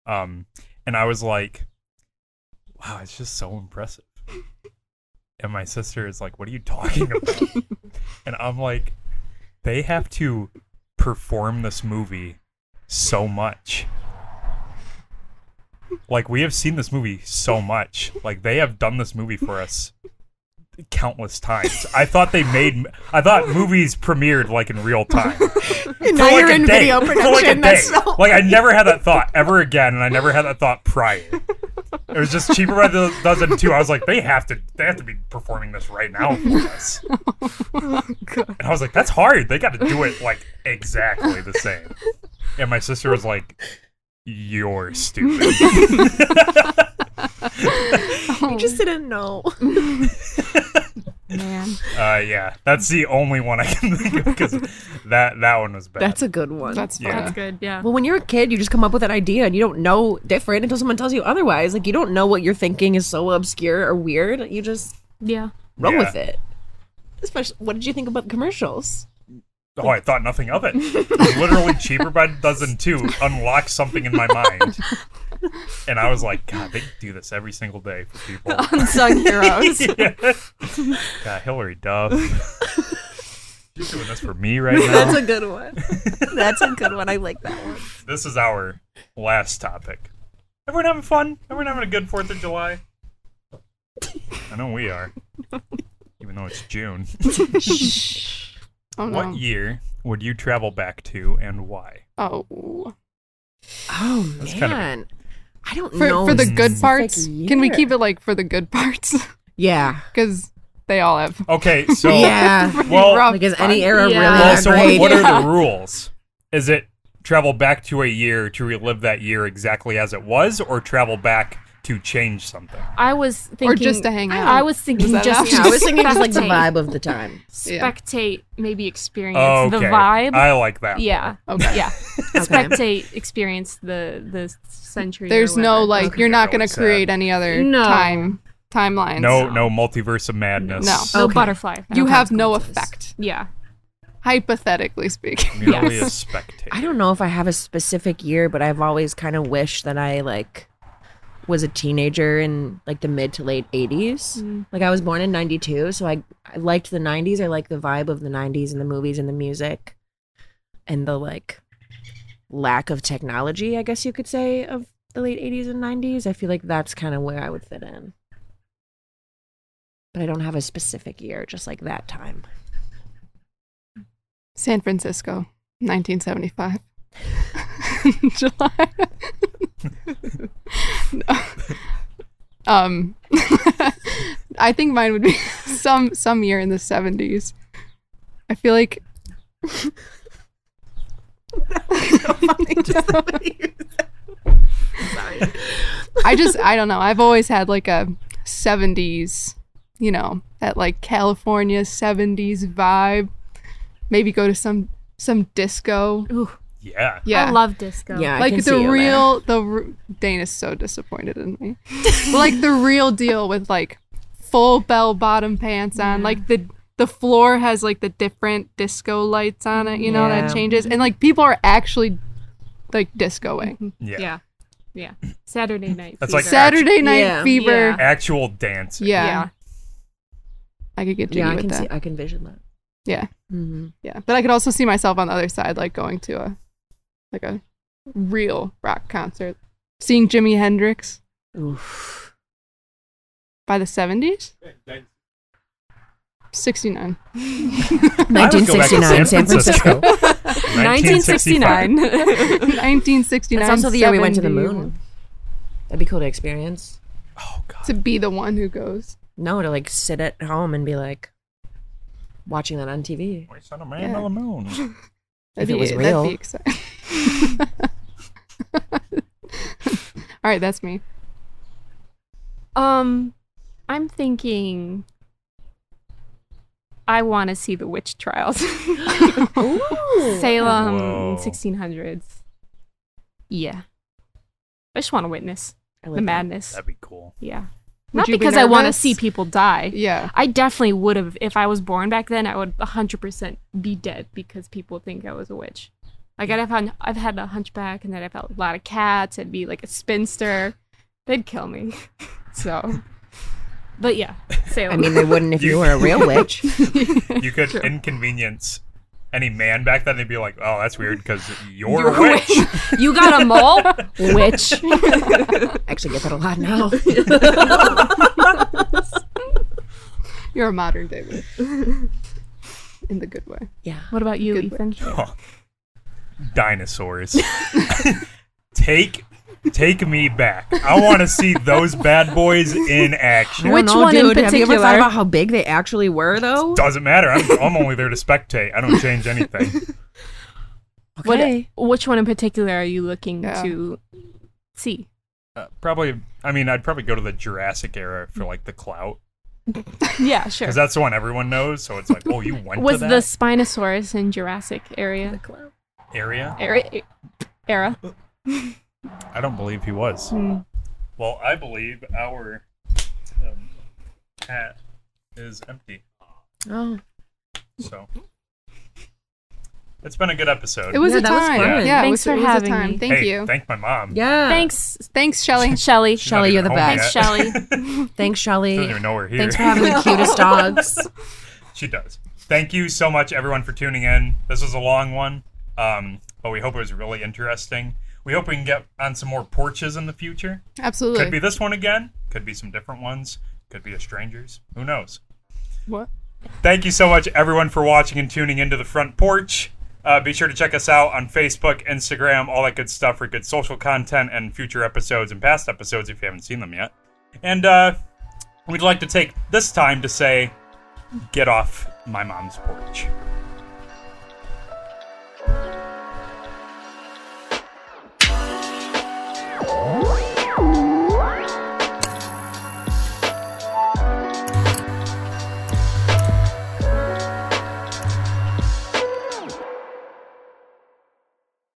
A: Um and I was like wow, it's just so impressive. And my sister is like, "What are you talking about?" and I'm like, "They have to perform this movie so much. Like we have seen this movie so much. Like they have done this movie for us countless times. I thought they made I thought movies premiered like in real time.
C: now
A: like
C: you're
A: a
C: in
A: day.
C: video
A: For like a
C: production. that's
A: day.
C: so.
A: Like I never had that thought ever again and I never had that thought prior. It was just cheaper by the dozen too. I was like, they have to they have to be performing this right now for us.
C: Oh,
A: And I was like, that's hard. They got to do it like exactly the same. And my sister was like, you're stupid.
C: I just didn't know.
B: Man.
A: Uh, yeah, that's the only one I can think of because that that one was bad.
C: That's a good one.
D: That's fun.
A: Yeah.
B: That's good. Yeah.
C: well, when you're a kid, you just come up with an idea and you don't know different until someone tells you otherwise. Like you don't know what you're thinking is so obscure or weird. You just
B: Yeah.
C: roll
A: Yeah.
C: with it. Especially, what did you think about the commercials?
A: oh, I thought nothing of it. Literally, cheaper by the dozen too unlocked something in my mind. and I was like, God, they do this every single day for people.
D: Unsung heroes.
A: God, Hillary Duff. She's doing this for me right now.
F: That's a good one. That's a good one. I like that one.
A: this is our last topic. Everyone having fun? Everyone having a good Fourth of July? I know we are. Even though it's June.
D: Oh no.
A: What year would you travel back to and why?
D: Oh.
C: Oh man,
A: That's kind of-
C: I don't
D: For,
C: know.
D: for the good
A: specific
D: parts, can we
C: year.
D: keep it like for the good parts?
C: yeah,
D: Because they all have.
A: Okay, so
C: yeah.
D: pretty
A: Well,
D: rough
C: Like, is
D: fun.
C: any era
B: Yeah.
C: really
A: well,
C: that
A: so
C: great?
A: what, what are
D: Yeah.
A: the rules? Is it travel back to a year to relive that year exactly as it was, or travel back to change something?
B: I was thinking,
D: just to hang out.
B: I was thinking
D: that
B: just,
D: an option?
C: Yeah, I was thinking just like the
B: spectate-
C: vibe of the time.
D: Yeah.
B: Spectate, maybe experience
A: Oh,
B: the vibe.
A: I like that.
B: yeah,
D: Okay.
B: yeah.
C: Okay.
B: Spectate, experience the the century. or
D: There's no
B: whatever.
D: like
A: Okay.
D: you're not
A: That
D: gonna
A: was sad.
D: create any other
B: No.
D: time timelines.
A: No, no multiverse of madness.
D: No.
B: no Oh,
C: Okay.
B: butterfly. effect.
D: You
C: No
D: have no
C: consequences.
D: effect,
B: yeah.
D: hypothetically speaking.
A: Merely a
B: Yes.
A: spectator.
C: I don't know if I have a specific year, but I've always kind of wished that I like was a teenager in like the mid to late 80s.
D: Mm.
C: Like I was born in 92, so I I liked the 90s. I liked the vibe of the 90s and the movies and the music and the like lack of technology, I guess you could say of the late 80s and 90s. I feel like that's kind of where I would fit in. But I don't have a specific year, just like that time.
D: San Francisco, 1975. July. No. Um, I think mine would be some some year in the 70s. I feel like. I just I don't know. I've always had like a 70s, you know, that like California 70s vibe. Maybe go to some some disco.
A: Yeah.
D: Yeah.
B: I love disco.
C: Yeah, I
D: like
C: can see
D: the
C: you there.
D: real the r- Dane is so disappointed in me. But, like the real deal with like full bell bottom pants on. Like the the floor has like the different disco lights on it, you know,
C: Yeah.
D: that changes and like people are actually like discoing.
C: Mm-hmm.
A: Yeah.
B: yeah, yeah. Saturday night.
A: That's
B: fever.
A: like-
D: Saturday night
C: Yeah.
D: fever.
B: Yeah.
D: Yeah.
A: Actual dance.
D: I could get jiggy
C: Yeah, I
D: with
C: can
D: that.
C: see I can vision that.
D: Yeah.
C: Mhm.
D: Yeah. But I could also see myself on the other side, like going to a like a real rock concert. Seeing Jimi Hendrix
C: Oof.
D: by the seventies? Sixty nine.
A: I would go back to
C: 1969, San Francisco.
A: 1969.
D: Nineteen sixty nine.
C: That's also the year we went to the moon. That'd be cool to experience.
A: Oh god.
D: To be the one who goes.
C: No, to like sit at home and be like watching that on TV.
A: We sent a man to the moon.
D: That'd
C: If it
D: be,
C: was
D: That'd
C: real.
D: be exciting. All right, that's me.
B: Um, I'm thinking. I want to see the witch trials. Salem,
A: Whoa.
B: 1600s. Yeah, I just want to witness
C: I
B: the
C: like that.
B: madness.
A: That'd be cool.
B: yeah,
D: Would
B: not
D: you be
B: because I want to
D: nervous?
B: see people die.
D: Yeah.
B: I definitely would have if I was born back then. I would 100% be dead because people think I was a witch. Like I'd have had, I've had a hunchback, and then I've had a lot of cats. I'd be like a spinster. They'd kill me. So, but yeah,
C: I
B: Salem.
C: mean, they wouldn't if you
A: You-
C: were a real witch.
A: You could inconvenience any man back then. They'd be like, "Oh, that's weird because you're,
B: You're
A: a witch."
B: you got a mole, witch.
C: Actually, get that a lot now.
D: You're a modern day witch. In the good way.
B: What about you,
D: Good
B: Ethan?
A: Dinosaurs. take, take me back. I want to see those bad boys in action.
B: Which one in
C: Have you ever thought
B: particular?
C: about how big they actually were, though?
A: Doesn't matter. I'm, I'm only there to spectate. I don't change anything.
B: What-
C: Okay.
B: which one in particular are you looking
D: Yeah.
B: to see?
A: Uh, probably. I mean, I'd probably go to the Jurassic era for like the clout.
B: Yeah, sure.
A: Because that's the one everyone knows. So it's like, oh, you went
B: Was
A: to
B: the
A: that
B: Spinosaurus in Jurassic area
A: area?
B: era? e, era?
A: I don't believe he was.
B: Hmm.
A: Well, I believe our um, hat is empty.
C: Oh,
A: So It's been a good episode.
D: It was
C: Yeah,
D: a
C: that was
D: time.
C: fun.
D: Yeah, it
B: Thanks
D: was-
B: for
D: it was a
B: having
D: time.
B: me.
D: Thank
A: hey,
D: you.
A: Thank my mom.
C: Yeah.
B: Thanks,
D: Thanks, Shelly.
B: Shelly.
A: She's not
C: Shelley,
A: even
C: you're the
A: home
B: Thanks,
A: yet.
B: Shelly.
C: Thanks, Shelly.
A: She doesn't even know we're here.
C: Thanks for having the cutest dogs.
A: she does. Thank you so much, everyone, for tuning in. This was a long one, um, but we hope it was really interesting. We hope we can get on some more porches in the future. Could be
D: Absolutely.
A: this one again. Could be some different ones. Could be a stranger's. Who knows?
D: What?
A: Thank you so much, everyone, for watching and tuning into the front porch. Uh, be sure to check us out on Facebook, Instagram, all that good stuff for good social content and future episodes and past episodes if you haven't seen them yet. And uh, we'd like to take this time to say, get off my mom's porch.